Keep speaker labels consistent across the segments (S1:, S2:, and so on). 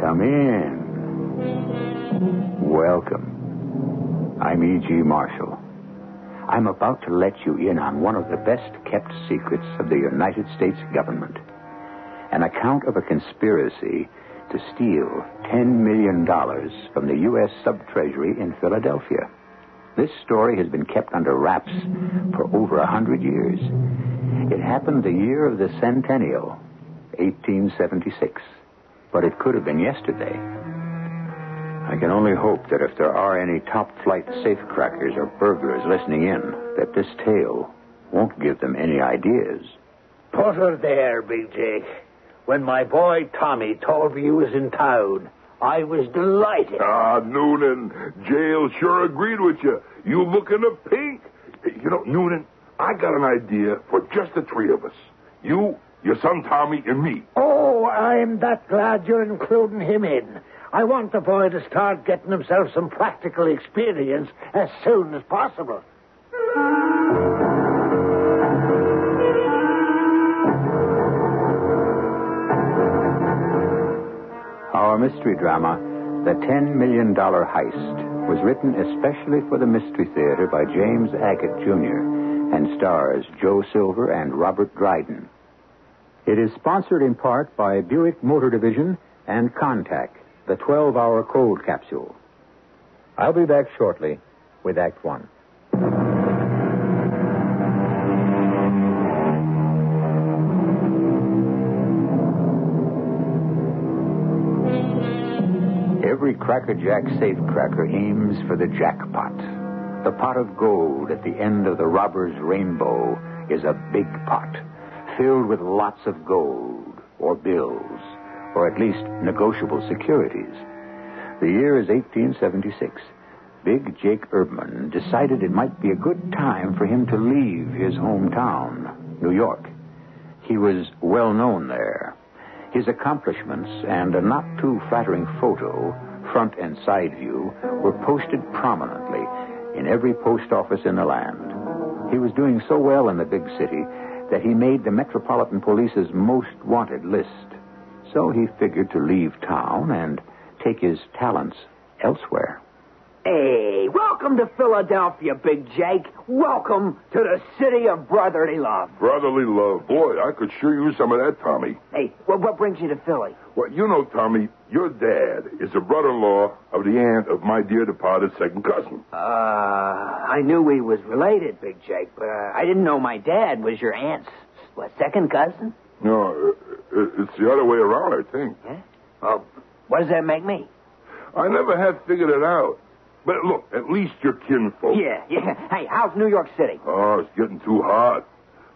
S1: Come in. Welcome. I'm E.G. Marshall. I'm about to let you in on one of the best kept secrets of the United States government an account of a conspiracy to steal $10 million from the U.S. Subtreasury in Philadelphia. This story has been kept under wraps for over a hundred years. It happened the year of the centennial, 1876, but it could have been yesterday. I can only hope that if there are any top flight safecrackers or burglars listening in, that this tale won't give them any ideas.
S2: Put her there, Big Jake. When my boy Tommy told me he was in town, I was delighted.
S3: Ah, Noonan, jail sure agreed with you. You looking a pink. You know, Noonan, I got an idea for just the three of us. You, your son Tommy, and me.
S2: Oh, I'm that glad you're including him in. I want the boy to start getting himself some practical experience as soon as possible.
S1: Our mystery drama, The Ten Million Dollar Heist, was written especially for the Mystery Theater by James Agate, Jr., and stars Joe Silver and Robert Dryden. It is sponsored in part by Buick Motor Division and Contact, the 12 hour cold capsule. I'll be back shortly with Act One. Every crackerjack safecracker aims for the jackpot. The pot of gold at the end of the robber's rainbow is a big pot filled with lots of gold or bills or at least negotiable securities. The year is 1876. Big Jake Erbman decided it might be a good time for him to leave his hometown, New York. He was well known there. His accomplishments and a not too flattering photo, front and side view, were posted prominently in every post office in the land. He was doing so well in the big city that he made the Metropolitan Police's most wanted list. So he figured to leave town and take his talents elsewhere.
S2: Hey, welcome to Philadelphia, Big Jake. Welcome to the city of brotherly love.
S3: Brotherly love. Boy, I could sure use some of that, Tommy.
S2: Hey, well, what brings you to Philly?
S3: Well, you know, Tommy, your dad is the brother-in-law of the aunt of my dear departed second cousin.
S2: Uh, I knew he was related, Big Jake, but uh, I didn't know my dad was your aunt's what, second cousin.
S3: No, uh, uh, it's the other way around, I think.
S2: Huh? Well, what does that make me?
S3: I never have figured it out. But look, at least you're kinfolk.
S2: Yeah, yeah. Hey, how's New York City?
S3: Oh, it's getting too hot.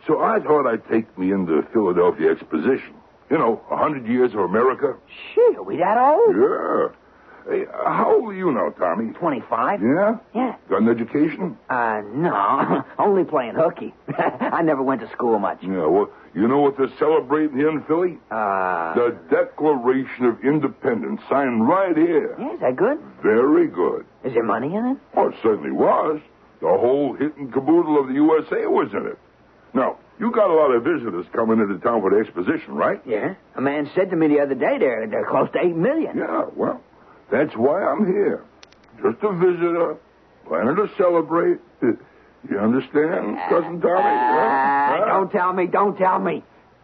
S3: So I thought I'd take me into the Philadelphia Exposition. You know, a hundred years of America.
S2: Shit, are we that old?
S3: Yeah. Hey, uh, how old are you now, Tommy?
S2: 25?
S3: Yeah?
S2: Yeah.
S3: Got an education?
S2: Uh, no. Only playing hooky. I never went to school much.
S1: Mm.
S3: Yeah, well, you know what they're celebrating here in Philly?
S2: Uh,
S3: The Declaration of Independence, signed right here.
S2: yeah, is that good?
S3: Very good.
S2: Is there money in it?
S3: Well, it certainly was. The whole hit and caboodle of the USA was in it. Now, you got a lot of visitors coming into town for the exposition, right?
S1: Yeah. A man said to me the other day they're, they're close to 8 million.
S3: Yeah, well, that's why I'm here. Just a visitor, planning to celebrate. You understand, Cousin Tommy?
S1: Ah,
S3: Huh? Huh?
S1: Uh, don't tell me, don't tell me.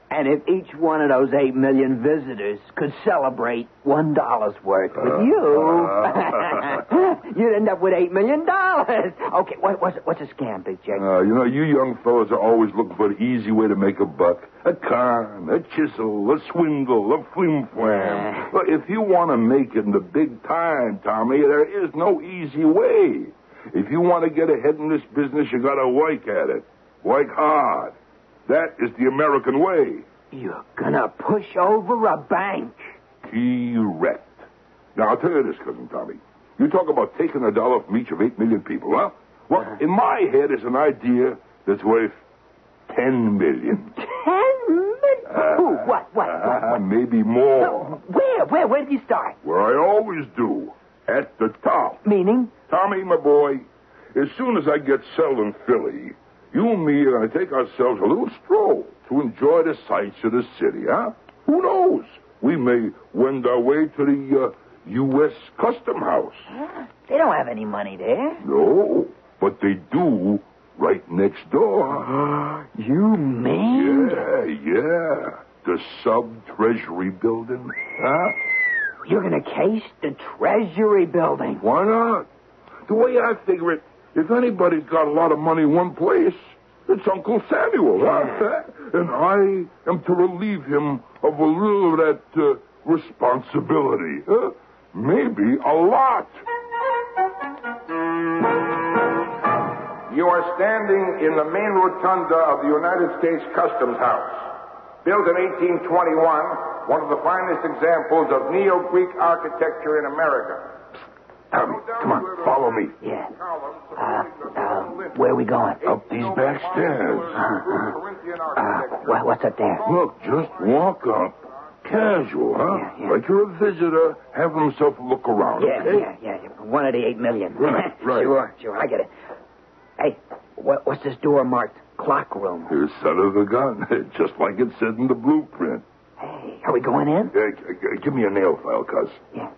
S1: And if each one of those 8 million visitors could celebrate $1 worth
S3: Uh-huh.
S1: with you, you'd end up with $8 million. Okay, what, what's, what's a scam, Big Jack?
S3: Uh, you know, you young fellas are always looking for the easy way to make a buck. A con, a chisel, a swindle, a flim
S1: Uh.
S3: flam. But if you want to make it in the big time, Tommy, there is no easy way. If you want to get ahead in this business, you gotta work at it. Work hard. That is the American way.
S1: You're gonna push over a bank.
S3: Correct. Now, I'll tell you this, Cousin Tommy. You talk about taking a dollar from each of eight million people, huh? Well,
S1: Uh-huh.
S3: in my head is an idea that's worth ten million.
S1: Ten million?
S3: Uh,
S1: Who, what, what, what?
S3: Ah, maybe more.
S1: Where, where, where did you start?
S3: Where I always do. At the top.
S1: Meaning?
S3: Tommy, my boy, as soon as I get settled in Philly, you and me are going to take ourselves a little stroll to enjoy the sights of the city, huh? Who knows? We may wend our way to the uh, U.S. Custom House.
S1: They don't have any money there.
S3: No, but they do right next door.
S1: You mean?
S3: yeah, yeah. The sub treasury building. Huh?
S1: You're gonna case the Treasury building.
S3: Why not? The way I figure it, if anybody's got a lot of money in one place, it's Uncle Samuel, huh? And I am to relieve him of a little of that uh, responsibility. Huh? Maybe a lot.
S2: You are standing in the main rotunda of the United States Customs House. Built in 1821, one of the finest examples of neo Greek architecture in America.
S3: Tommy, come on, follow me.
S1: Yeah. Uh, uh, where are we going?
S3: Up these back stairs.
S1: Uh, wha- what's up there?
S3: Look, just walk up. Casual, huh?
S1: Yeah, yeah.
S3: Like you're a visitor, have himself a look around.
S1: Yeah,
S3: okay?
S1: yeah, yeah. yeah. One of the eight million.
S3: Right, right.
S1: sure, sure. I get it. Hey, what, what's this door marked clock room?
S3: Here's son of a gun, just like it said in the blueprint.
S1: Hey, are we going in?
S3: Uh, g- g- give me a nail file, cuz.
S1: Yeah.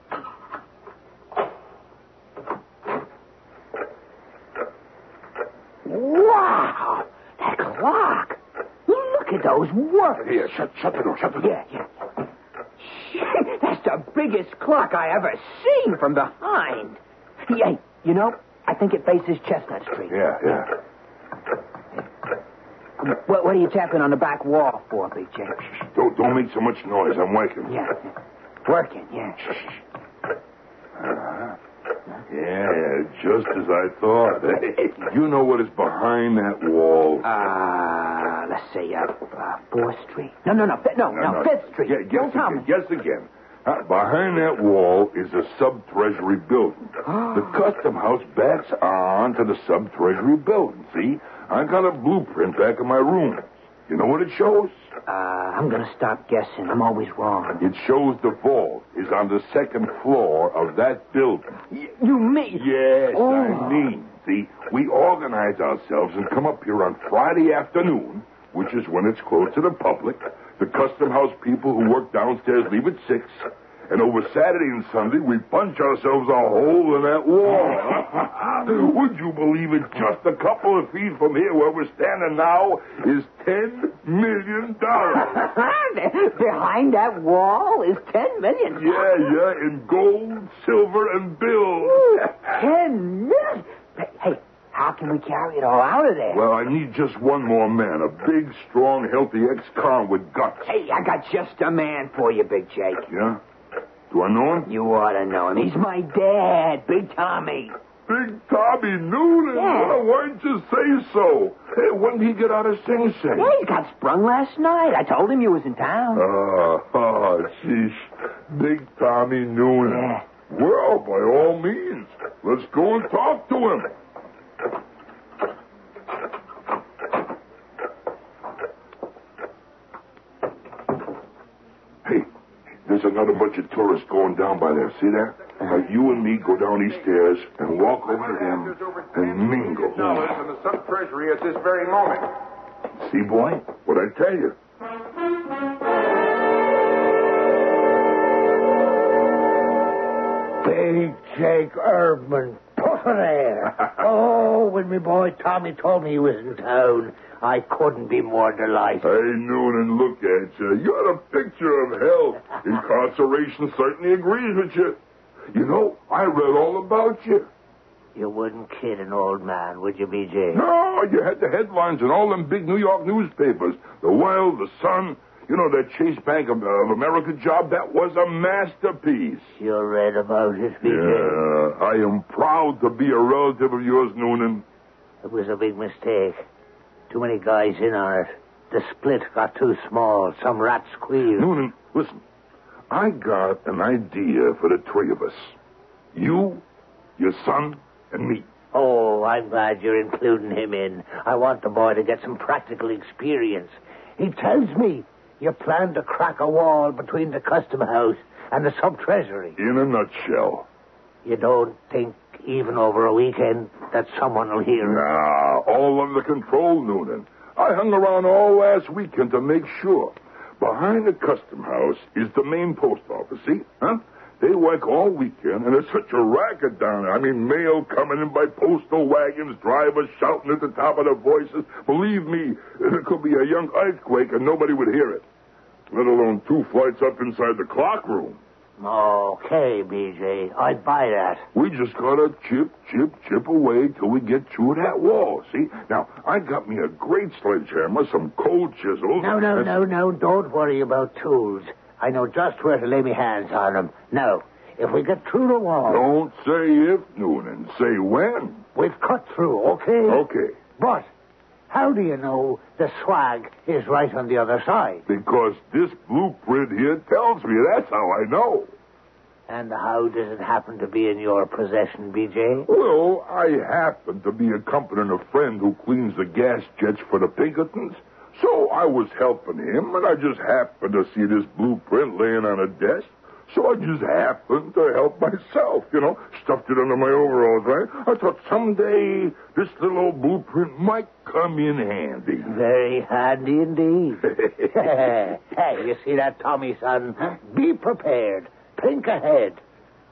S1: Wow! That clock! Look at those words!
S3: Here, shut, shut the door, shut the door.
S1: Yeah, yeah. Shit, that's the biggest clock I ever seen from behind. Yeah, you know, I think it faces Chestnut Street.
S3: Yeah, yeah.
S1: What, what are you tapping on the back wall for, Big Jake?
S3: Don't, don't make so much noise. I'm working.
S1: Yeah. Working, yeah.
S3: Yeah, just as I thought. you know what is behind that wall.
S1: Uh, let's see, uh, uh, 4th Street. No, no, no, fi- no, no, 5th Street.
S3: Yeah, yes,
S1: Don't tell
S3: again.
S1: me.
S3: Yes, again. Uh, behind that wall is a sub-treasury building. the custom house backs on to the sub-treasury building, see? I got a blueprint back in my room. You know what it shows?
S1: Uh, I'm gonna stop guessing. I'm always wrong.
S3: It shows the vault is on the second floor of that building.
S1: You mean?
S3: Yes,
S1: Oh.
S3: I mean. See, we organize ourselves and come up here on Friday afternoon, which is when it's closed to the public. The custom house people who work downstairs leave at six. And over Saturday and Sunday, we punch ourselves a hole in that wall. Would you believe it? Just a couple of feet from here where we're standing now is $10 million.
S1: Behind that wall is 10 million.
S3: Yeah, yeah, in gold, silver, and bills.
S1: Ten million? Hey, how can we carry it all out of there?
S3: Well, I need just one more man. A big, strong, healthy ex-con with guts.
S1: hey, I got just a man for you, Big Jake.
S3: Yeah? Do I know him?
S1: You ought to know him. He's my dad, Big Tommy.
S3: Big Tommy Noonan.
S1: Yeah.
S3: Well, why'd you say so? Hey, when did he get out of Sing Sing?
S1: Yeah, he got sprung last night. I told him you was in town.
S3: Ah, ah, sheesh. Big Tommy Noonan.
S1: Yeah.
S3: Well, by all means, let's go and talk to him. Hey, there's another bunch of tourists going down by there. See that? Now, you and me go down these stairs and walk over to them and mingle.
S2: Dollars in the sub treasury at this very moment.
S3: See, boy? What'd I tell you?
S1: Big Jake Urban. Puffer Oh, when me boy Tommy told me he was in town, I couldn't be more delighted.
S3: Hey, Noonan, and look at you. You're the picture of health. Incarceration certainly agrees with you. You know, I read all about you.
S1: You wouldn't kid an old man, would you, BJ?
S3: No, you had the headlines in all them big New York newspapers. The World, The Sun. You know, that Chase Bank of, of America job, that was a masterpiece.
S1: You read about it, BJ.
S3: Yeah, I am proud to be a relative of yours, Noonan.
S1: It was a big mistake. Too many guys in on it. The split got too small. Some rat squealed.
S3: Noonan, listen. I got an idea for the three of us. You, your son, and me.
S1: Oh, I'm glad you're including him in. I want the boy to get some practical experience. He tells me you plan to crack a wall between the custom house and the sub treasury.
S3: In a nutshell.
S1: You don't think even over a weekend that someone will hear?
S3: Nah, all under control, Noonan. I hung around all last weekend to make sure. Behind the custom house is the main post office, see? Huh? They work all weekend, and there's such a racket down there. I mean, mail coming in by postal wagons, drivers shouting at the top of their voices. Believe me, there could be a young earthquake and nobody would hear it, let alone two flights up inside the clock room.
S1: Okay, BJ, I'd buy that.
S3: We just gotta chip, chip, chip away till we get through that wall, see? Now, I got me a great sledgehammer, some cold chisels.
S1: No, no,
S3: and-
S1: no, no. Don't worry about tools. I know just where to lay my hands on them. No. If we get through the wall,
S3: Don't say if, Noonan. Say when.
S1: we've cut through, okay?
S3: Okay.
S1: But how do you know the swag is right on the other side?
S3: Because this blueprint here tells me. That's how I know.
S1: And how does it happen to be in your possession, BJ?
S3: Well, I happen to be accompanying a friend who cleans the gas jets for the Pinkertons. So I was helping him, and I just happened to see this blueprint laying on a desk. So I just happened to help myself, you know, stuffed it under my overalls, right? I thought someday this little old blueprint might come in handy.
S1: Very handy indeed. hey, you see that, Tommy, son? Be prepared. Think ahead.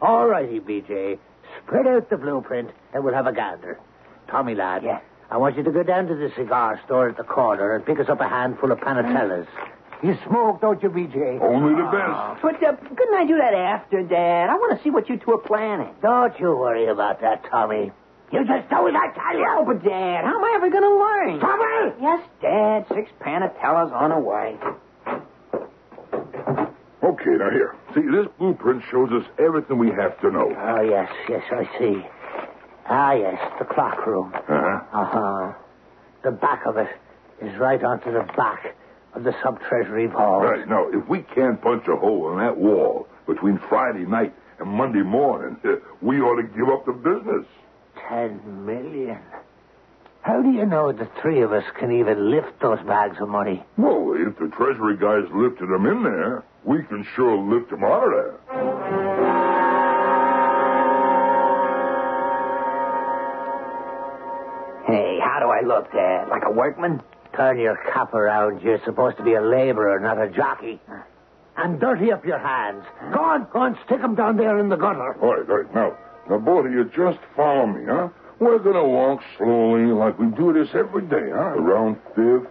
S1: All righty, BJ. Spread out the blueprint, and we'll have a gander. Tommy, lad. Yeah. I want you to go down to the cigar store at the corner and pick us up a handful of panatellas. You smoke, don't you, BJ?
S3: Only the best.
S4: Oh, But uh, couldn't I do that after, Dad? I want to see what you two are planning.
S1: Don't you worry about that, Tommy. You just do as I tell you.
S4: Oh, but Dad, how am I ever going to learn?
S1: Tommy!
S4: Yes, Dad. Six panatellas on the way.
S3: Okay, now here. See, this blueprint shows us everything we have to know.
S1: Oh, yes, yes, I see. Ah, yes, the clock room.
S3: Uh-huh.
S1: Uh-huh. The back of it is right onto the back of the sub-treasury vault.
S3: Right. Now, if we can't punch a hole in that wall between Friday night and Monday morning, eh, we ought to give up the business.
S1: Ten million. How do you know the three of us can even lift those bags of money?
S3: Well, if the treasury guys lifted them in there, we can sure lift them out of there.
S4: Hey, how do I look,
S1: uh,
S4: Dad? Like a workman?
S1: Turn your cap around. You're supposed to be a laborer, not a jockey. And dirty up your hands. Go on, go on, stick 'em down there in the gutter.
S3: All right, all right. Now, now, both of you just follow me, huh? We're going to walk slowly like we do this every day, huh? Around Fifth,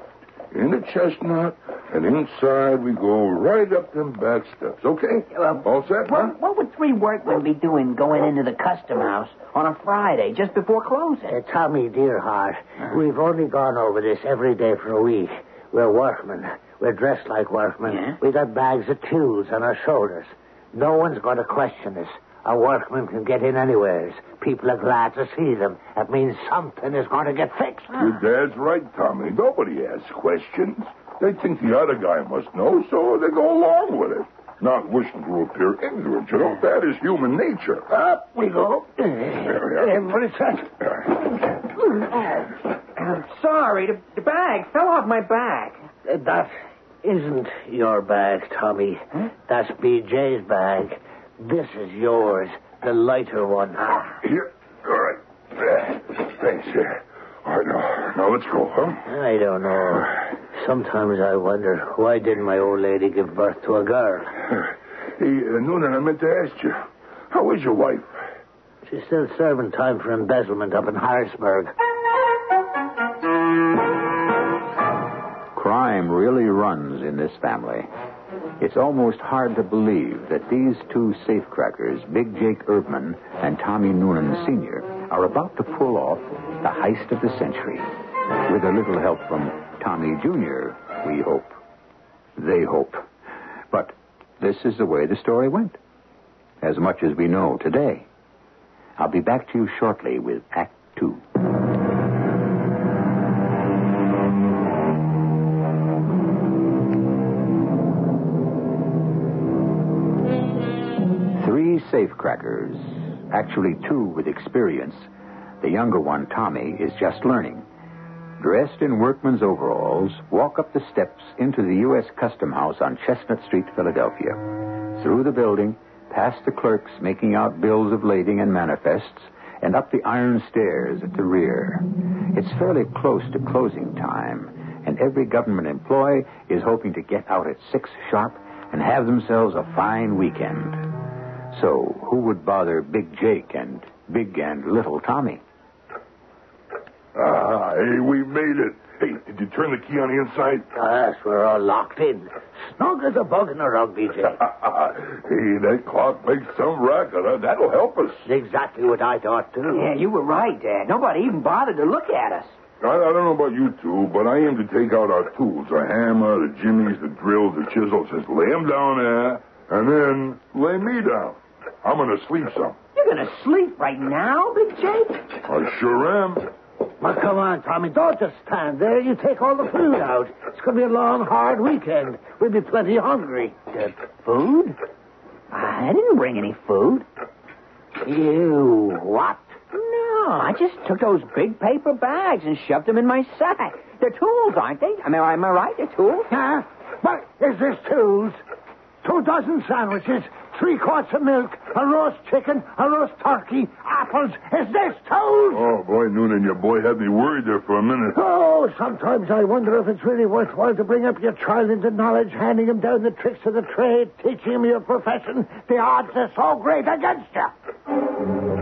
S3: in the Chestnut, and inside we go right up them back steps, okay? All set, huh?
S4: What, what would three workmen be doing going into the custom house on a Friday just before closing?
S1: Uh, Tommy, dear heart, we've only gone over this every day for a week. We're workmen. We're dressed like workmen.
S4: Yeah?
S1: We got bags of tools on our shoulders. No one's going to question us. A workman can get in anywheres. People are glad to see them. That means something is going to get fixed.
S4: Ah.
S3: Your dad's right, Tommy. Nobody asks questions. They think the other guy must know, so they go along with it. Not wishing to appear ignorant, you know. That is human nature.
S1: Up we go.
S3: There we
S1: Every second.
S4: I'm sorry, the, the bag fell off my back.
S1: Uh, That isn't your bag, Tommy. That's BJ's bag. This is yours, the lighter one.
S4: Ah.
S3: Here. All right. Thanks, yeah. All right, now, now let's go, huh?
S1: I don't know. Sometimes I wonder why didn't my old lady give birth to a girl?
S2: Hey, uh, Noonan, I meant to ask you. How is your wife?
S1: She's still serving time for embezzlement up in Harrisburg.
S3: Crime really runs in this family. It's almost hard to believe that these two safecrackers, Big Jake Erdman and Tommy Noonan Sr., are about to pull off the heist of the century. With a little help from Tommy Jr., we hope. They hope. But this is the way the story went, as much as we know today. I'll be back to you shortly with Act Two. Three safecrackers, actually two with experience. The younger one, Tommy, is just learning. Dressed in workman's overalls, walk up the steps into the U.S. Custom House on Chestnut Street, Philadelphia. Through the building, past the clerks making out bills of lading and manifests, and up the iron stairs at the rear. It's fairly close to closing time, and every government employee is hoping to get out at six sharp and have themselves a fine weekend. So, who would bother Big Jake and Big and Little Tommy?
S2: Ah, hey, we made it. Hey, did you turn the key on the inside?
S1: Yes, we're all locked in. Snug as a bug in a rug, BJ.
S2: hey, that clock makes some racket. Huh? That'll help us.
S1: exactly what I thought, too.
S5: Yeah, you were right, Dad. Nobody even bothered to look at us.
S2: I, I don't know about you two, but I aim to take out our tools the hammer, the jimmies, the drills, the chisels. Just lay 'em down there, and then lay me down. I'm going to sleep some.
S5: You're going to sleep right now, Big Jake?
S2: I sure am.
S1: Well, come on, Tommy. Don't just stand there. You take all the food out. It's going to be a long, hard weekend. We'll be plenty hungry.
S5: The food? I didn't bring any food.
S1: You what?
S5: No, Oh, I just took those big paper bags and shoved them in my sack. They're tools, aren't they? I mean, am I right? They're tools?
S1: Huh? What is this tools? Two dozen sandwiches, three quarts of milk, a roast chicken, a roast turkey, apples. Is this tools?
S2: Oh, boy, Noonan, your boy had me worried there for a minute.
S1: Oh, sometimes I wonder if it's really worthwhile to bring up your child into knowledge, handing him down the tricks of the trade, teaching him your profession. The odds are so great against you.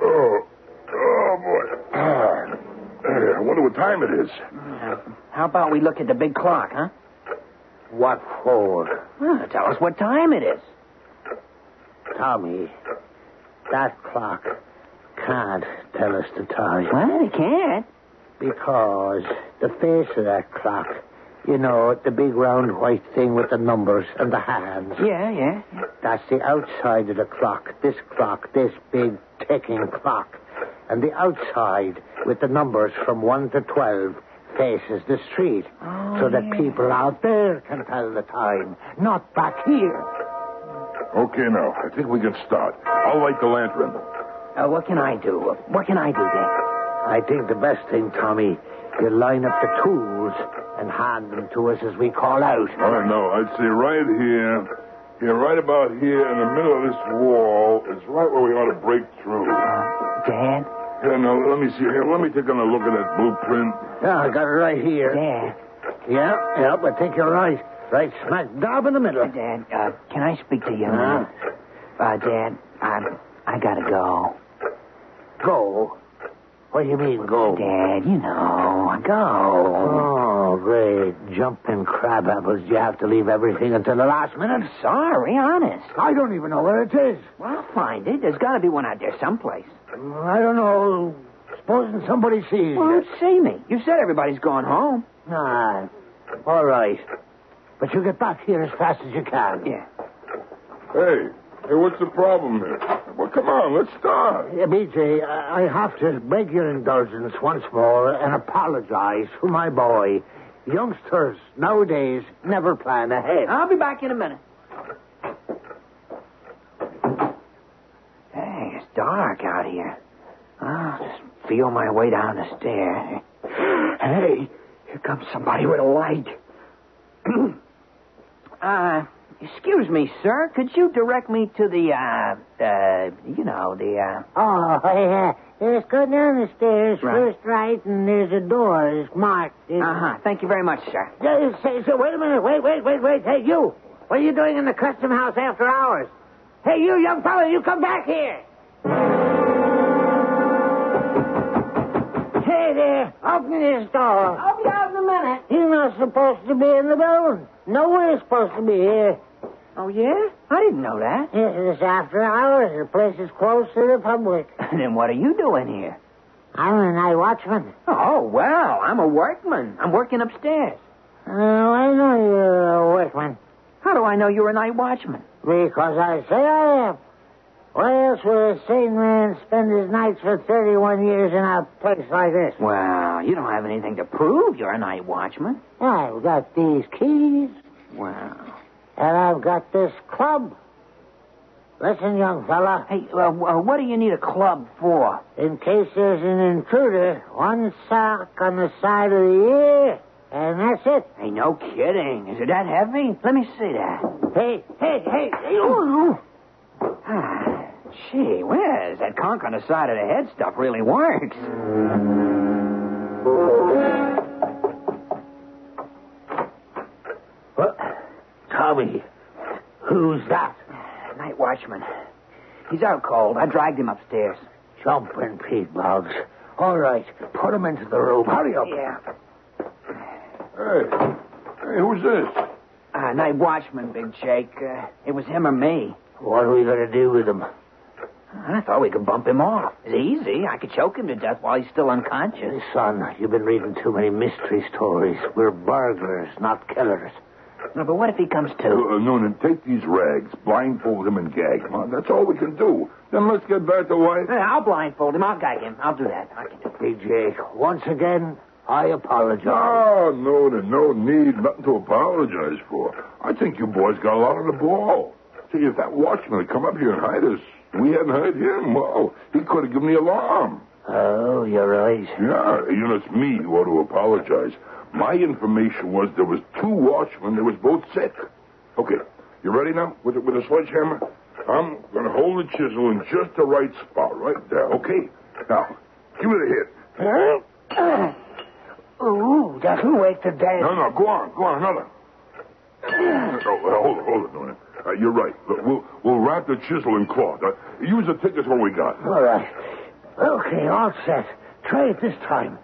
S2: Oh, oh, boy. Ah. Hey, I wonder what time it is.
S5: How about we look at the big clock, huh?
S1: What for?
S5: Well, tell us what time it is.
S1: Tommy, that clock can't tell us the time.
S5: Well, it can't.
S1: Because the face of that clock, you know, the big round white thing with the numbers and the hands.
S5: Yeah, yeah.
S1: That's the outside of the clock. This clock, this big ticking clock. And the outside, with the numbers from 1 to 12, faces the street.
S5: Oh,
S1: so that people out there can tell the time, not back here.
S2: Okay, now, I think we can start. I'll light the lantern.
S5: Uh, what can I do? What can I do, Dad?
S1: I think the best thing, Tommy, you line up the tools and hand them to us as we call out.
S2: I don't know. I'd say right here, here, right about here in the middle of this wall, is right where we ought to break through.
S5: Dad?
S2: Here, now, let me see. Here, let me take another look at that blueprint.
S1: Yeah, I got it right here.
S5: Dad?
S1: Yeah, yeah, I think you're right. Right smack dab in the middle.
S5: Dad, uh, can I speak to you? a
S1: Huh?
S5: minute? Uh, Dad, I, I gotta go.
S1: Go. What do you mean, go?
S5: Dad, you know, go.
S1: Oh, great jumping crab apples. You have to leave everything until the last minute.
S5: Sorry, honest.
S1: I don't even know where it is.
S5: Well, I'll find it. There's gotta be one out there someplace.
S1: Mm, I don't know. Supposing somebody sees
S5: Well,
S1: you.
S5: don't see me. You said everybody's going home.
S1: Ah, all right. But you get back here as fast as you can.
S5: Yeah.
S2: Hey, hey, what's the problem here? Well, come on, let's start.
S1: Yeah, BJ, Uh, I I have to beg your indulgence once more and apologize for my boy. Youngsters nowadays never plan ahead.
S5: I'll be back in a minute. Hey, it's dark out here. I'll just feel my way down the stair. Hey, here comes somebody with a light. uh,
S2: Excuse me, sir. Could you direct me to the, uh, uh, you know, the, uh...
S1: Oh, yeah. Just go down the stairs,
S2: Right.
S1: first right, and there's a door. It's marked. It's...
S2: Uh-huh. Thank you very much, sir.
S1: Yeah, say, say, wait a minute. Wait, wait, wait, wait. Hey, you. What are you doing in the custom house after hours? Hey, you, young fella, you come back here. Hey there. Open this door.
S6: I'll be out in a minute.
S1: You're not supposed to be in the building. No one's supposed to be here.
S2: Oh, yeah? I didn't know that.
S1: It's after hours. The place is closed to the public.
S2: then what are you doing here?
S1: I'm a night watchman.
S2: Oh, well, I'm a workman. I'm working upstairs.
S1: Oh, I know you're a workman.
S2: How do I know you're a night watchman?
S1: Because I say I am. Why else would a sane man spend his nights for 31 years in a place like this?
S2: Well, you don't have anything to prove you're a night watchman.
S1: I've got these keys,
S2: Wow.
S1: and I've got this club. Listen, young fella.
S2: Hey, uh, uh, what do you need a club for?
S1: In case there's an intruder, one sock on the side of the ear, and that's it.
S2: Hey, no kidding. Is it that heavy? Let me see that.
S1: Hey, hey, hey, hey, oh,
S2: Ah, Gee whiz, that conk on the side of the head stuff really works.
S1: What? Tommy, who's that?
S2: Night watchman. He's out cold. I dragged him upstairs.
S1: Jumping Pete Boggs. All right, put him into the room. Hurry up.
S2: Yeah.
S5: Hey, hey, who's this?
S2: Uh, night watchman, Big Jake. Uh, it was him or me.
S1: What are we going to do with him?
S2: I thought we could bump him off. It's easy. I could choke him to death while he's still unconscious.
S1: Son, you've been reading too many mystery stories. We're burglars, not killers.
S2: No, but what if he comes to?
S5: Uh, Noonan, take these rags, blindfold him, and gag him. huh? That's all we can do. Then let's get back to life.
S2: Uh, I'll blindfold him. I'll gag him. I'll do that. I can do it.
S1: Big Jake, once again, I apologize.
S5: Oh, No, Noonan, no need. Nothing to apologize for. I think you boys got a lot on the ball. See, if that watchman had come up here and hide us, we hadn't heard him. Well, he could have given the alarm.
S1: Oh, you're right.
S5: Yeah, you know, it's me who ought to apologize. My information was there was two watchmen that was both sick. Okay, you ready now with, a- with a sledgehammer? I'm going to hold the chisel in just the right spot, right there, okay? Now, give it a hit.
S1: Ooh, that'll wake the dead.
S5: No, no, go on, go on, another. oh, uh, hold it, hold it, Nona. Uh, you're right. Look, We'll, we'll wrap the chisel in cloth. Uh, use the thickest one we got.
S1: All right. Okay, all set. Try it this time.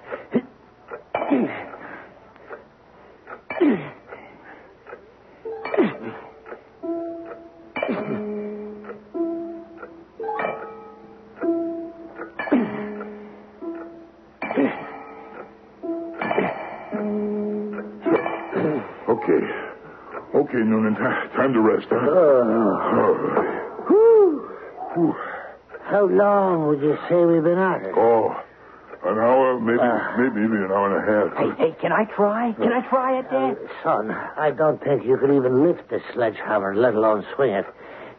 S5: Okay. Okay, Noonan, ti- time to rest, huh? All right. Whew.
S1: How long would you say we've been at it?
S5: Oh, an hour, maybe, maybe, maybe an hour and a half.
S2: Hey, hey, can I try? Can I try it, Dad?
S1: Uh, Son, I don't think you can even lift the sledgehammer, let alone swing it.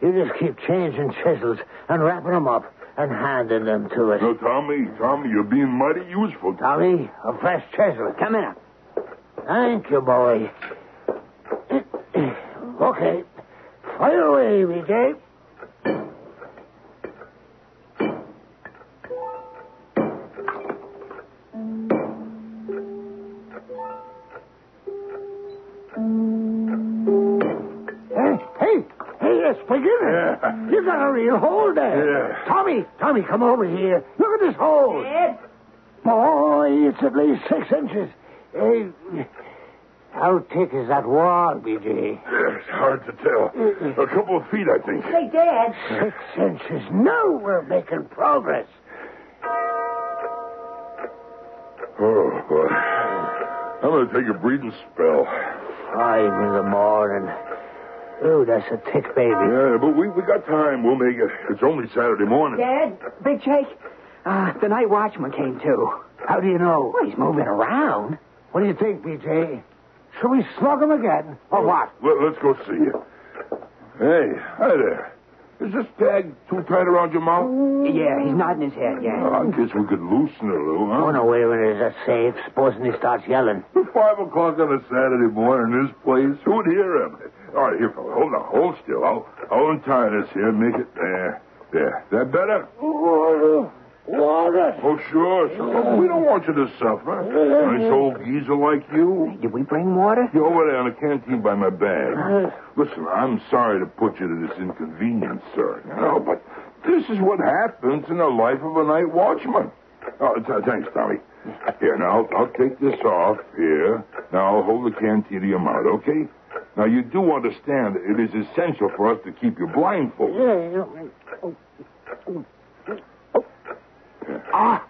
S1: You just keep changing chisels and wrapping them up and handing them to us.
S5: No, Tommy, Tommy, you're being mighty useful.
S1: Tommy, a fresh chisel.
S2: Come in.
S1: Thank you, boy. okay. Fire away, BJ. Hey, hey, hey, it's beginning.
S5: Yeah.
S1: You got a real hole there.
S5: Yeah.
S1: Tommy, Tommy, come over here. Look at this hole.
S6: Dad?
S1: Boy, it's at least six inches. Eh, how thick is that wall, BJ?
S5: Yeah, It's hard to tell. A couple of feet, I think.
S6: Hey, Dad.
S1: Six inches. No, we're making progress.
S5: Oh, boy. I'm going to take a breathing spell.
S1: Five in the morning. Oh, that's a thick baby.
S5: Yeah, but we, we got time. We'll make it. It's only Saturday morning.
S6: Dad?
S2: Big Jake, uh, the night watchman came to.
S1: How do you know?
S2: Well, he's moving around.
S1: What do you think, BJ? Shall we slug him again? Or what?
S5: Let, let's go see it. Hey, hi there. Is this tag too tight around your mouth? Oh,
S2: Yeah, he's nodding his head, yeah.
S5: I guess we could loosen it a little, huh?
S1: Oh, no, wait a minute. Is that safe? Supposing he starts yelling.
S5: Five o'clock on a Saturday morning in this place. Who'd hear him? All right, here, fella. Hold on. Hold still. I'll, I'll untie this here and make it. There. There. That better?
S1: Water. Oh, uh, Water.
S5: Oh, sure, sure. We don't want you to suffer. Nice old geezer like you.
S2: Did we bring water?
S5: You're over there in the canteen by my bag. Listen, I'm sorry to put you to this inconvenience, sir. You know, but this is what happens in the life of a night watchman. Oh, th- thanks, Tommy. Here, now, I'll take this off here. Now, I'll hold the canteen to your mouth, okay? Now, you do understand it is essential for us to keep you blindfolded.
S1: Yeah. Oh. Ah.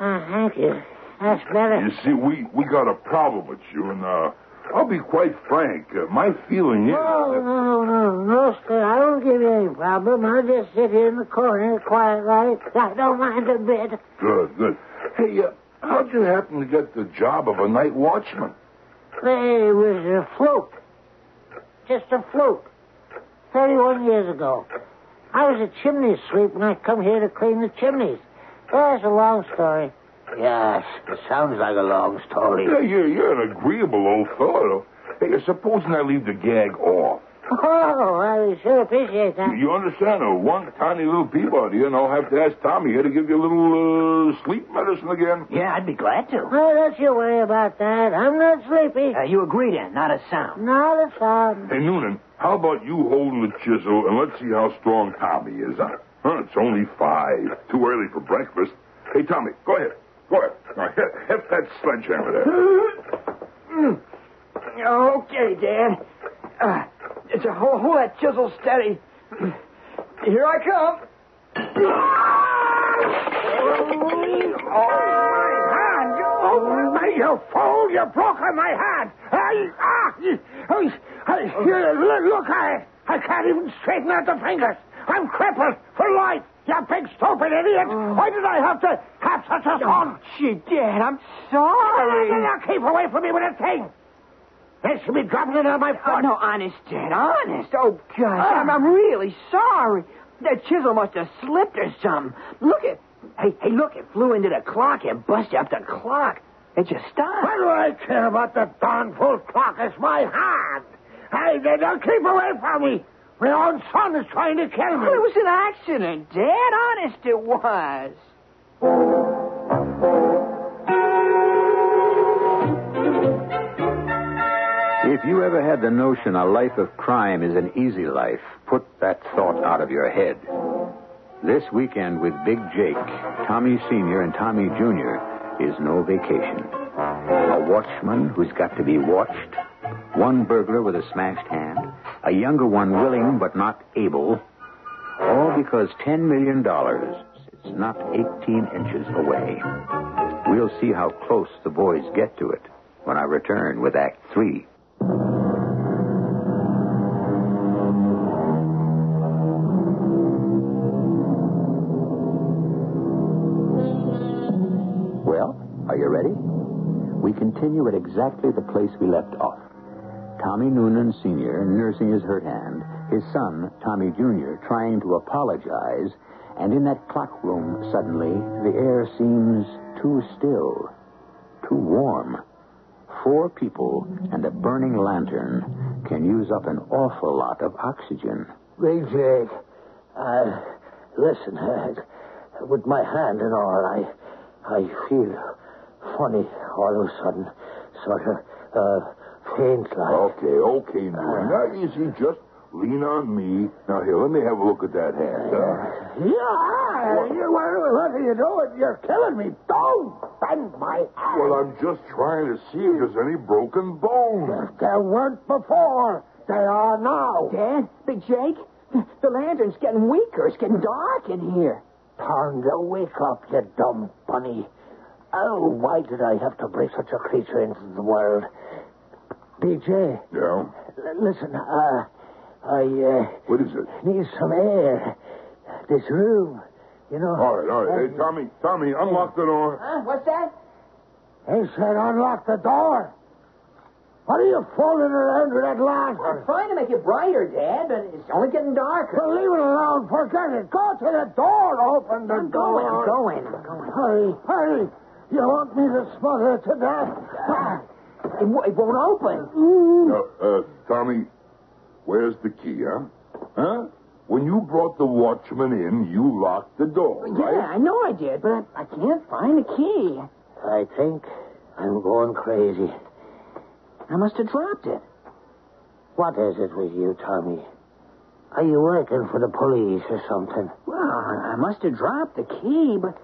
S1: Oh, thank you. That's better.
S5: You see, we, we got a problem with you, and uh, I'll be quite frank. Uh, my feeling is.
S1: No, no, no, no, sir. I don't give you any problem. I just sit here in the corner, quiet like. I don't mind a bit.
S5: Good, good. Hey, uh, how'd you happen to get the job of a night watchman?
S1: It was a fluke. Just a fluke. 31 years ago. I was a chimney sweep and I come here to clean the chimneys. That's a long story.
S3: Yes, it sounds like a long story.
S5: Yeah, you're, you're an agreeable old fellow. Hey, uh, supposing I leave the gag off.
S1: Oh, I would sure appreciate that.
S5: You understand? Uh, one tiny little peabody, and I'll have to ask Tommy here to give you a little uh, sleep medicine again.
S7: Yeah, I'd be glad to.
S1: Oh, don't you worry about that. I'm not sleepy.
S7: Uh, you agree then, not a sound.
S1: Not a sound.
S5: Hey, Noonan, how about you holding the chisel and let's see how strong Tommy is on it? Huh, it's only five. Too early for breakfast. Hey, Tommy, go ahead. Go ahead. Now, hit, hit that sledgehammer there.
S8: Okay, Dad. Uh, it's a
S7: Oh,
S8: hold, hold that chisel steady. Here I come.
S7: Oh, my hand! Oh, my, you fool! You broke my hand! I, ah, I, I, you- look, I, I can't even straighten out the fingers. I'm crippled for life. You big stupid idiot! Why did I have to have such a son?
S8: Gee, Dad, Oh, I'm
S7: Now
S8: sorry.
S7: keep away from me with a thing. They should be dropping it on my
S8: Oh,
S7: foot.
S8: no, honest, Dad, honest. Oh, gosh,
S1: Ah.
S8: I'm, I'm really sorry. That chisel must have slipped or something. Look at, hey, hey, look, it flew into the clock and busted up the clock. It just
S7: What
S8: stopped.
S7: do I care about the darn fool clock? It's my hand. Hey, they don't keep away from me. My own son is trying to kill
S8: It
S7: me.
S8: was an accident, Dad. Honest, it was.
S3: If you ever had the notion a life of crime is an easy life, put that thought out of your head. This weekend with Big Jake, Tommy Sr., and Tommy Jr. is no vacation. A watchman who's got to be watched, one burglar with a smashed hand, a younger one willing but not able, all because $10 million is not 18 inches away. We'll see how close the boys get to it when I return with Act 3. Well, are you ready? We continue at exactly the place we left off. Tommy Noonan Sr. nursing his hurt hand, his son, Tommy Jr., trying to apologize, and in that clock room, suddenly, the air seems too still, too warm. Four people and a burning lantern can use up an awful lot of oxygen.
S1: Big Jake, I listen. I, with my hand and all, I I feel funny all of a sudden, sort of uh, faint like.
S5: Okay, okay, Noonan. Now, you see, just lean on me. Now, here, let me have a look at that hand. Uh,
S7: Yeah,
S5: What?
S7: you, what, what are you doing? You're killing me. Don't bend my hand.
S5: well, I'm just trying to see if there's any broken bones.
S7: There weren't before. They are now.
S8: Dad, Big Jake, the, the lantern's getting weaker. It's getting dark in here.
S1: Pounder, wake up, you dumb bunny! Oh, why did I have to bring such a creature into the world? BJ,
S5: Yeah?
S1: l- listen. Uh, I uh,
S5: What is it?
S1: need some air. This room, you know.
S5: All right, all right. Hey,
S1: Uh,
S5: Tommy, Tommy, unlock the door.
S8: Huh? What's that?
S1: He said unlock the door. What are you fooling around with that lantern?
S8: trying to make it brighter, Dad, but it's only getting darker.
S1: Well, leave it alone. Forget it. Go to the door. Open the
S8: I'm
S1: door.
S8: going, I'm going, I'm going.
S1: Hurry, hurry. You want me to smother it to death?
S8: It, w- it won't open.
S1: Mm-hmm.
S5: Now, uh, Tommy, where's the key, huh? Huh? When you brought the watchman in, you locked the door,
S8: Yeah,
S5: right?
S8: I know I did, but I, I can't find the key.
S1: I think I'm going crazy.
S8: I must have dropped it.
S1: What is it with you, Tommy? Are you working for the police or something?
S8: Well, I I must have dropped the key, but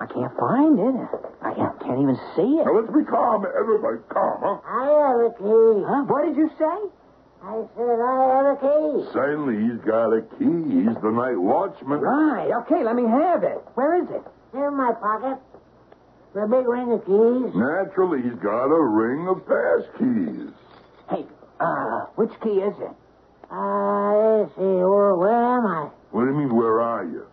S8: I can't find it. I can't, can't even see it.
S5: Now, let's be calm, everybody. Calm, huh?
S1: I have a key.
S8: Huh? What did you say?
S1: I said I have a key.
S5: Suddenly, he's got a key. He's the night watchman.
S8: Right. Okay, let me have it. Where is it?
S1: In my pocket. The big ring of keys.
S5: Naturally, he's got a ring of pass keys.
S8: Hey, uh, which key is it?
S1: I see. Well, where am I?
S5: What do you mean, where are you?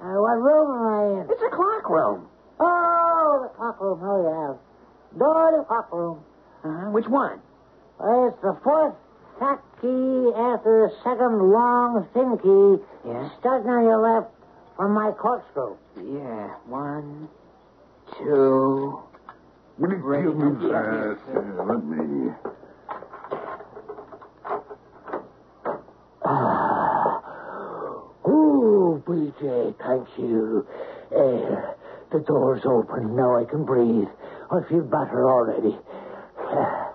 S1: Uh, what room am I in?
S8: It's a clock room.
S1: Oh, the clock room. Oh, yeah. Door to the clock room.
S8: Uh-huh. Which one?
S1: Well, it's the fourth fat key after the second long thin key.
S8: Yeah.
S1: Starting on your left from my corkscrew.
S8: Yeah. One, two.
S5: Will you
S8: Ring
S5: give me
S8: of
S5: that? Yeah, let me.
S1: Oh, BJ, thank you. Eh, the door's open. Now I can breathe. I feel better already.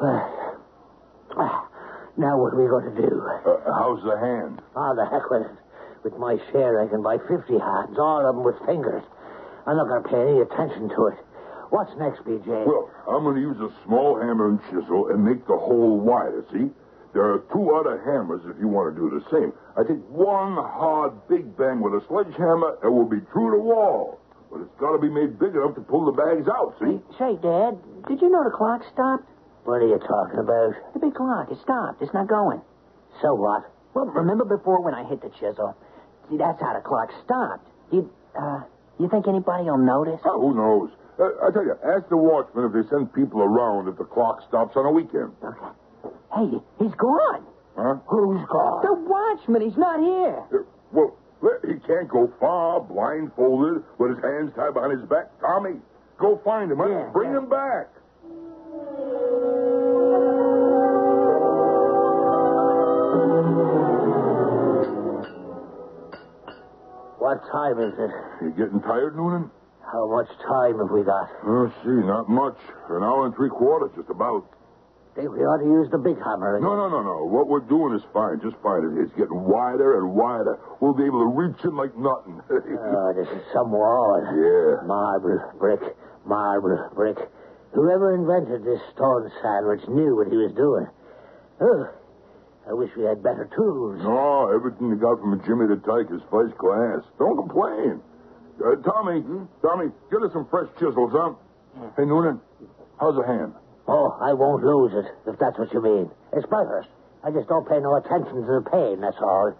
S1: Well, ah, now what are we going to do?
S5: Uh, how's the hand?
S1: Ah, the heck with it. With my share, I can buy 50 hands, all of them with fingers. I'm not going to pay any attention to it. What's next, BJ?
S5: Well, I'm going to use a small hammer and chisel and make the hole wider, see? There are two other hammers if you want to do the same. I think one hard big bang with a sledgehammer, it will be true to wall. But it's got to be made big enough to pull the bags out, see?
S8: Say, Dad, did you know the clock stopped?
S1: what are you talking about?
S8: The big clock. It stopped. It's not going.
S1: So what?
S8: Well, remember before when I hit the chisel? See, that's how the clock stopped. You, uh, you think anybody will notice?
S5: Oh, who knows? Uh, I tell you, ask the watchman if they send people around if the clock stops on a weekend.
S8: Hey, he's gone.
S5: Huh?
S1: Who's gone?
S8: The watchman, he's not here.
S5: Uh, Well, le- he can't go far blindfolded with his hands tied behind his back. Tommy, go find him. huh?
S8: Yeah,
S5: Bring
S8: yeah.
S5: him back.
S1: What time is it?
S5: You getting tired, Noonan?
S1: How much time have we got?
S5: Oh, see, not much. An hour and three quarters, just about.
S1: Think we ought to use the big hammer.
S5: No, no, no, no. What we're doing is fine. Just fine. It- It's getting wider and wider. We'll be able to reach him like nothing.
S8: Uh,
S1: Oh, this is some wall.
S5: Yeah.
S1: Marble, brick, marble, brick. Whoever invented this stone sandwich knew what he was doing. Oh, I wish we had better tools.
S5: no, everything you got from Jimmy the Tyke is first class. Don't complain. Uh, Tommy,
S8: Hmm?
S5: Tommy, get us some fresh chisels, huh? Hey, Noonan, how's the hand?
S1: Oh, I won't lose it, if that's what you mean. It's better. I just don't pay no attention to the pain, that's all.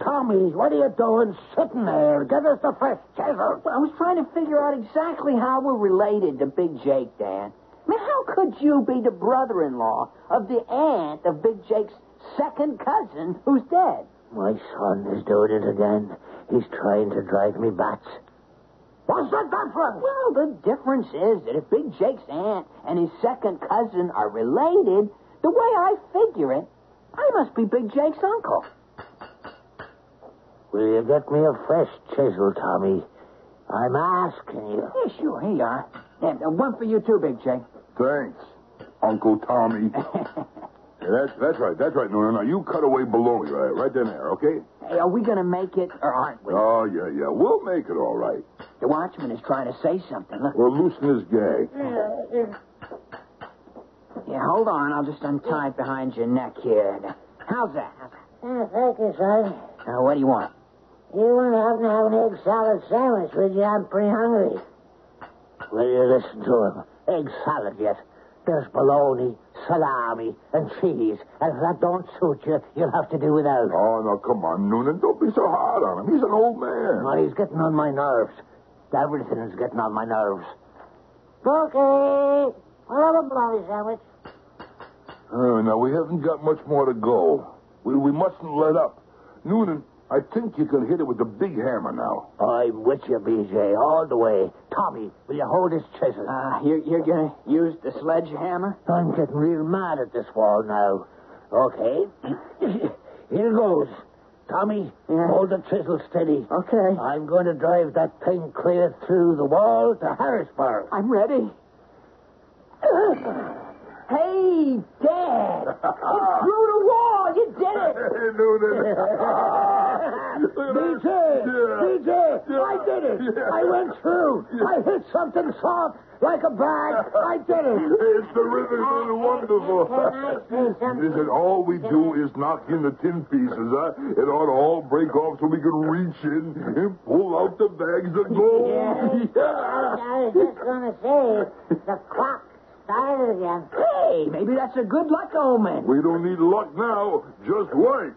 S1: Tommy, what are you doing sitting there? Get us the fresh chisel.
S8: Well, I was trying to figure out exactly how we're related to Big Jake, Dad. I mean, how could you be the brother in law of the aunt of Big Jake's second cousin who's dead?
S1: My son is doing it again. He's trying to drive me bats.
S8: What's the difference? Well, the difference is that if Big Jake's aunt and his second cousin are related, the way I figure it, I must be Big Jake's uncle.
S1: Will you get me a fresh chisel, Tommy? I'm asking you.
S8: Yeah, sure, here you are. And uh, one for you too, Big Jake.
S5: Thanks, Uncle Tommy. Yeah, that's, that's right. That's right, Noonan. Now, you cut away below me, right, right then there, okay?
S8: Hey, are we going to make it or aren't we?
S5: Oh, yeah, yeah. We'll make it all right.
S8: The watchman is trying to say something. Look,
S5: We'll loosen his gag.
S8: yeah, hold on. I'll just untie it behind your neck here. Now, How's that? How's that?
S1: Yeah, thank you, son.
S8: Now, what do you want?
S1: You wouldn't happen to have an egg salad sandwich, would you? I'm pretty hungry. Will you listen to him? Egg salad yet. There's bologna, salami, and cheese. And if that don't suit you, you'll have to do without.
S5: Oh, now, come on, Noonan. Don't be so hard on him. He's an old man.
S1: Well, he's getting on my nerves. Everything is getting on my nerves. Okay. I'll have a bologna sandwich.
S5: Uh, now, we haven't got much more to go. We, we mustn't let up. Noonan, I think you can hit it with the big hammer now.
S1: I'm with you, BJ, all the way. Tommy, will you hold his chisel?
S2: Ah, you're, you're going to use the sledgehammer?
S1: I'm getting real mad at this wall now. Okay. Here goes. Tommy, hold the chisel steady.
S2: Okay.
S1: I'm going to drive that thing clear through the wall to Harrisburg.
S2: I'm ready. hey, Dad! it's through the wall! You did it!
S5: no, no,
S1: BJ! BJ! I did it! I went through! I hit something soft like a bag! I did it!
S5: It's the rhythm is wonderful. Listen, all we do is knock in the tin pieces, huh? It ought to all break off so we can reach in and pull out the bags of gold.
S6: I was just going to say, the clock started again.
S2: Hey, maybe that's a good luck omen.
S5: We don't need luck now. Just wait.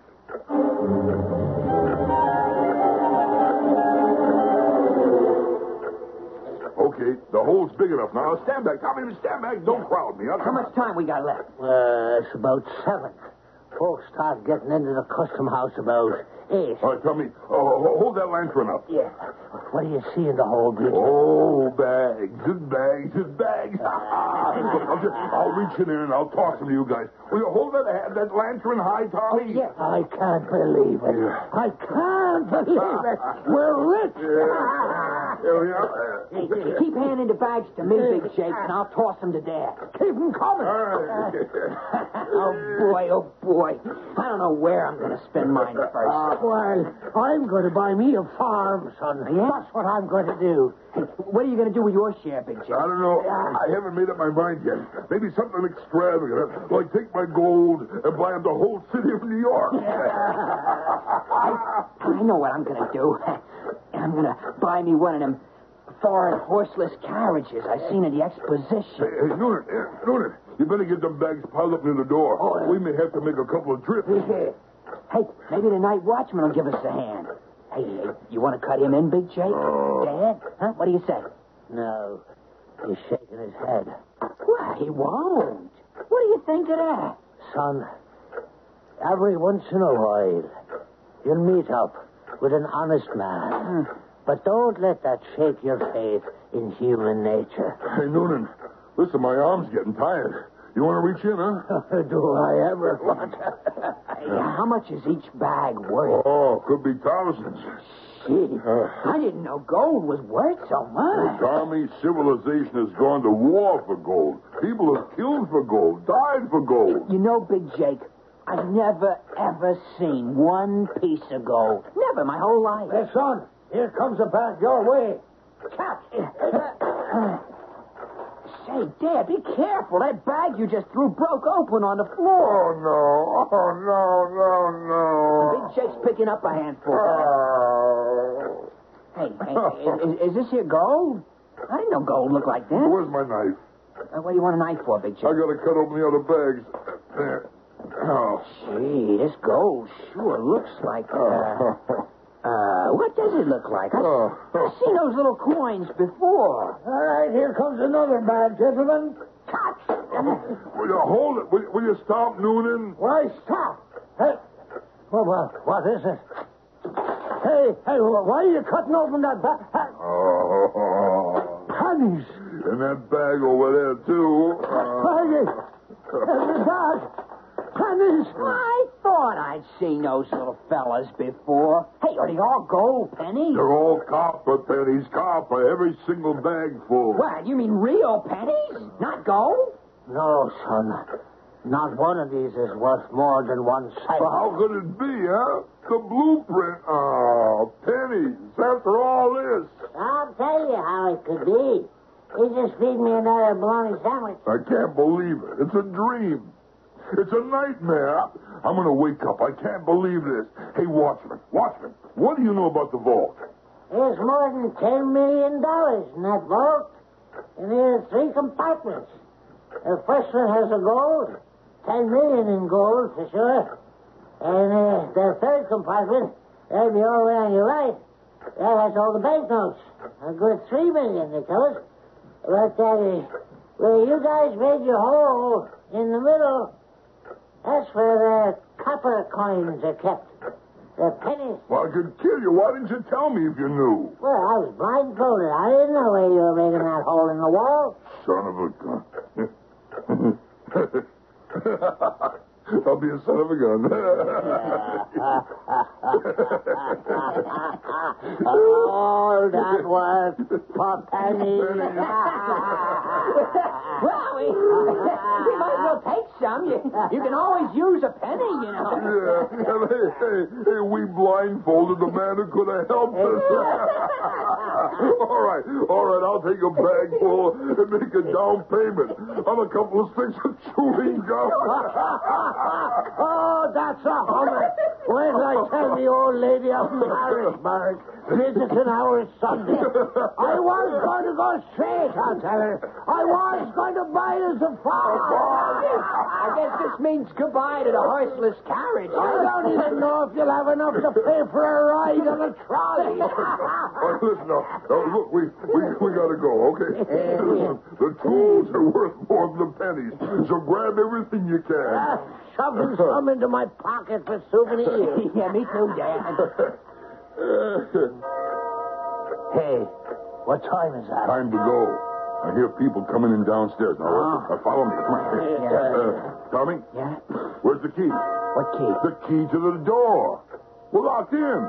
S5: Okay, the hole's big enough now. Stand back. Tommy, stand back. Don't crowd me. I'll
S2: How much time we got left?
S1: Uh, it's about seven. Folks start getting into the custom house about eight.
S5: All right, Tommy, uh, ho- hold that lantern up.
S1: Oh, Yeah. What do you see in the hole, BJ?
S5: Oh, bags and bags and bags. Look, I'll, just, I'll reach in there and I'll toss them to you guys. Will you hold that, that lantern high, Tommy?
S1: Yeah, Oh, I can't believe it. I can't believe it. We're rich.
S5: Yeah. Here we are.
S2: Keep handing the bags to me, Big Jake, and I'll toss them to Dad. Keep them coming. oh, boy, oh, boy. I don't know where I'm going to spend mine first.
S1: Ah, well, I'm going to buy me a farm, son. That's what I'm going to do.
S2: What are you going to do with your share, Big Jake?
S5: I don't know. I haven't made up my mind yet. Maybe something extravagant, like take my gold and buy him the whole city of New York.
S2: I know what I'm going to do. I'm going to buy me one of them foreign horseless carriages I seen in the
S5: Hey,
S2: exposition.
S5: hey, Noonan, eh, Noonan, you better get them bags piled up near the door.
S1: Oh,
S5: we may have to make a couple of trips.
S2: Hey, maybe the night watchman will give us a hand. Hey, you want to cut him in, Big Jake? Dad? Huh? What do you say?
S1: No. He's shaking his head.
S2: Well, he won't. What do you think of that?
S1: Son, every once in a while, you'll meet up with an honest man.
S2: Hmm.
S1: But don't let that shake your faith in human nature.
S5: Hey, Noonan, listen, my arm's getting tired. You want to reach in, huh?
S1: Do I ever want
S2: Hey, how much is each bag worth?
S5: Oh, could be thousands.
S2: Gee, I didn't know gold was worth so
S5: Hey,
S2: much.
S5: Tommy, civilization has gone to war for gold. People have killed for gold, died for gold.
S2: You know, Oh, Big Jake, I've never, ever seen one piece of gold. Never, my whole life.
S1: Hey, son, here comes a bag your way.
S2: Catch. Say, Dad, be careful. That bag you just threw broke open on the floor.
S5: Oh, no. Oh, no, no, no.
S2: Big Jake's picking up a
S1: Uh.
S2: handful.
S5: Oh.
S2: Hey, hey, is, is this here gold? I didn't know gold looked like that.
S5: Where's my knife?
S2: Uh, what do you want a knife for, Big
S5: I
S2: Jake?
S5: got to cut open the other bags. There. Oh.
S2: Gee, this gold sure looks like.
S1: Oh.
S2: Uh, uh, what does it look like? I've
S5: Oh.
S2: seen those little coins before.
S1: All right, here comes another bag, gentlemen.
S5: Will you hold it? Will, will you stop, Noonan?
S1: Why,
S2: Ah.
S1: stop. Hey, well, well, what is it? Hey, hey, wh- why are you cutting open that bag?
S5: Oh.
S1: Punish.
S5: And that bag over there, too. Uh,
S1: Punish. There's a dog. Punish.
S2: I thought I'd seen those little fellas before. Hey, are they all gold pennies?
S5: they're all copper pennies, copper, every single bag full.
S2: What, you mean real pennies? Not gold?
S1: No, son. Not one of these is worth more than one cent.
S5: Well, how could it be, huh? The blueprint. Oh, pennies. After all this.
S6: I'll tell you how it could be. He just feed me another bologna sandwich.
S5: I can't believe it. It's a dream. It's a nightmare. I- I'm going to wake up. I can't believe this. Hey, Watchman, Watchman, what do you know about the vault?
S6: There's more than $10 million in that vault. And there are three compartments. The first one has the gold, 10 million in gold for sure. And uh, the third compartment, that'd be all the way on your right. That has all the banknotes. A good three million, they tell us. But that is where you guys made your hole in the middle. That's where the copper coins are kept. The pennies.
S5: Well, I could kill you. Why didn't you tell me if you knew?
S6: Well, I was blindfolded. I didn't know where you were making that hole in the wall.
S5: Son of a gun. I'll be a son of a gun.
S6: All Oh, that was for pennies.
S2: Well, we, we might as well take some. You, you can always use a penny, you know.
S5: Yeah. Hey, hey, hey, we blindfolded the man who could have helped us. all right, all right, I'll take a bag full and make a down payment on a couple of sticks of chewing gum.
S6: oh, that's a hummer. Wait till I tell the old lady up in Harrisburg visiting our Sunday. I was going to go straight, I'll tell her. I was going to buy us a farm.
S2: I guess this means goodbye to the horseless carriage.
S6: I don't even know if you'll have enough to pay for a ride on a trolley.
S5: All right, listen now. Now, look, we, we, we gotta go, okay? Listen, the tools are worth more than the pennies, so grab everything you
S6: Uh,
S5: can.
S6: Shoving some into my pocket for souvenirs.
S2: yeah, me too, Dad.
S6: Hey, what time is that?
S5: Time to go. I hear people coming in downstairs. Now, uh, follow me. Come on. Uh, Tommy?
S2: Yeah?
S5: Where's the key?
S2: What key?
S5: The key to the door. We're locked in.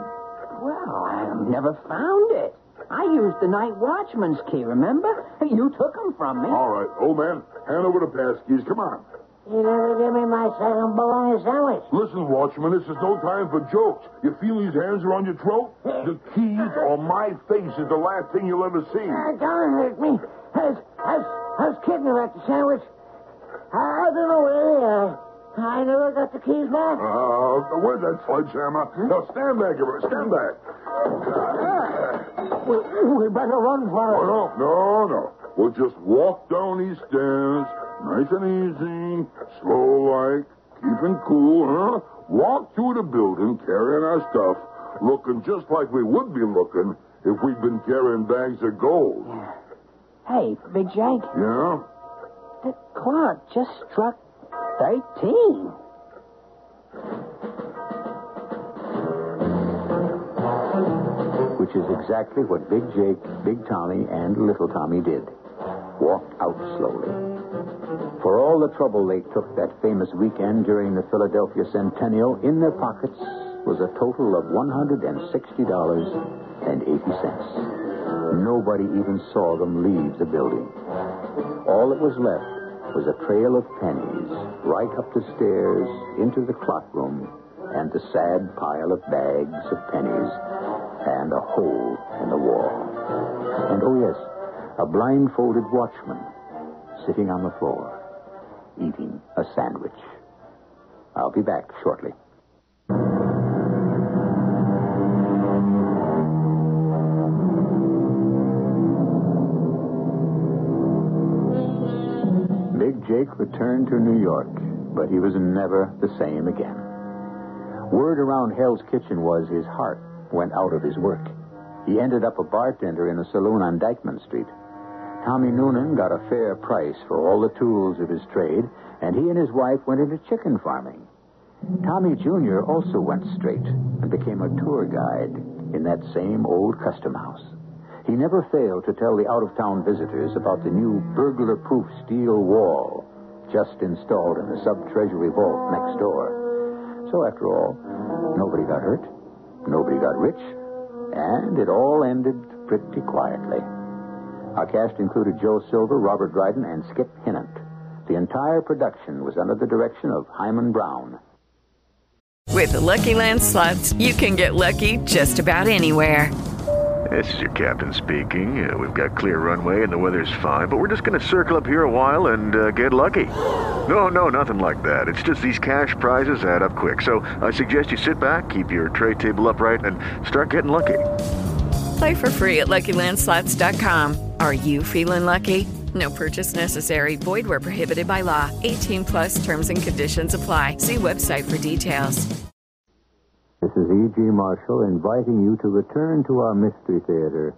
S2: Well, I never found it. I used the night watchman's key, remember? You took them from me.
S5: All right, old man, hand over the pass keys. Come on.
S6: You never give me my second bologna sandwich.
S5: Listen, watchman, this is no time for jokes. You feel these hands around your throat? The keys or my face is the last thing you'll ever see.
S6: Uh, don't hurt me. I was, I was, I was kidding about the sandwich. I, I don't know where they are. I never got the keys back.
S5: Uh, where's that sledgehammer? Now stand back, everyone. Stand back.
S6: We, Uh, we better run for it.
S5: Oh, no, no, no. We'll just walk down these stairs, nice and easy, slow like, keeping cool, huh? Walk through the building carrying our stuff, looking just like we would be looking if we'd been carrying bags of gold.
S2: Hey, Big Jake,
S5: Yeah?
S2: the clock just struck 13.
S3: Which is exactly what Big Jake, Big Tommy, and Little Tommy did. Walked out slowly. For all the trouble they took that famous weekend during the Philadelphia Centennial, in their pockets was a total of $160.80. Nobody even saw them leave the building. All that was left was a trail of pennies right up the stairs, into the clock room, and the sad pile of bags of pennies, and a hole in the wall. And oh, yes, a blindfolded watchman sitting on the floor, eating a sandwich. I'll be back shortly. Big Jake returned to New York, but he was never the same again. Word around Hell's Kitchen was his heart went out of his work. He ended up a bartender in a saloon on Dykeman Street. Tommy Noonan got a fair price for all the tools of his trade, and he and his wife went into chicken farming. Tommy Jr. also went straight and became a tour guide in that same old custom house. He never failed to tell the out of town visitors about the new burglar proof steel wall just installed in the sub treasury vault next door. So, after all, nobody got hurt, nobody got rich, and it all ended pretty quietly. Our cast included Joe Silver, Robert Dryden, and Skip Hinnant. The entire production was under the direction of Hyman Brown.
S9: With the Lucky Land slots, you can get lucky just about anywhere.
S10: This is your captain speaking. Uh, we've got clear runway and the weather's fine, but we're just going to circle up here a while and uh, get lucky. No, no, nothing like that. It's just these cash prizes add up quick. So I suggest you sit back, keep your tray table upright, and start getting lucky.
S9: Play for free at LuckyLandSlots.com. Are you feeling lucky? No purchase necessary. Void where prohibited by law. 18 plus terms and conditions apply. See website for details.
S3: This is E.G. Marshall inviting you to return to our Mystery Theater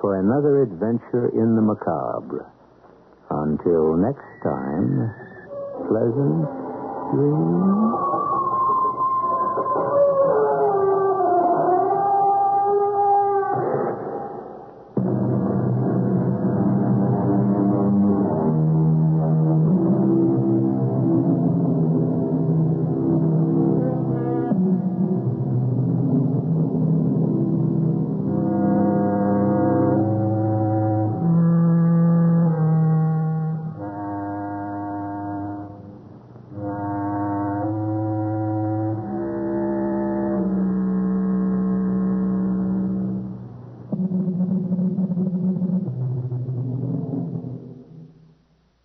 S3: for another adventure in the macabre. Until next time, pleasant dreams.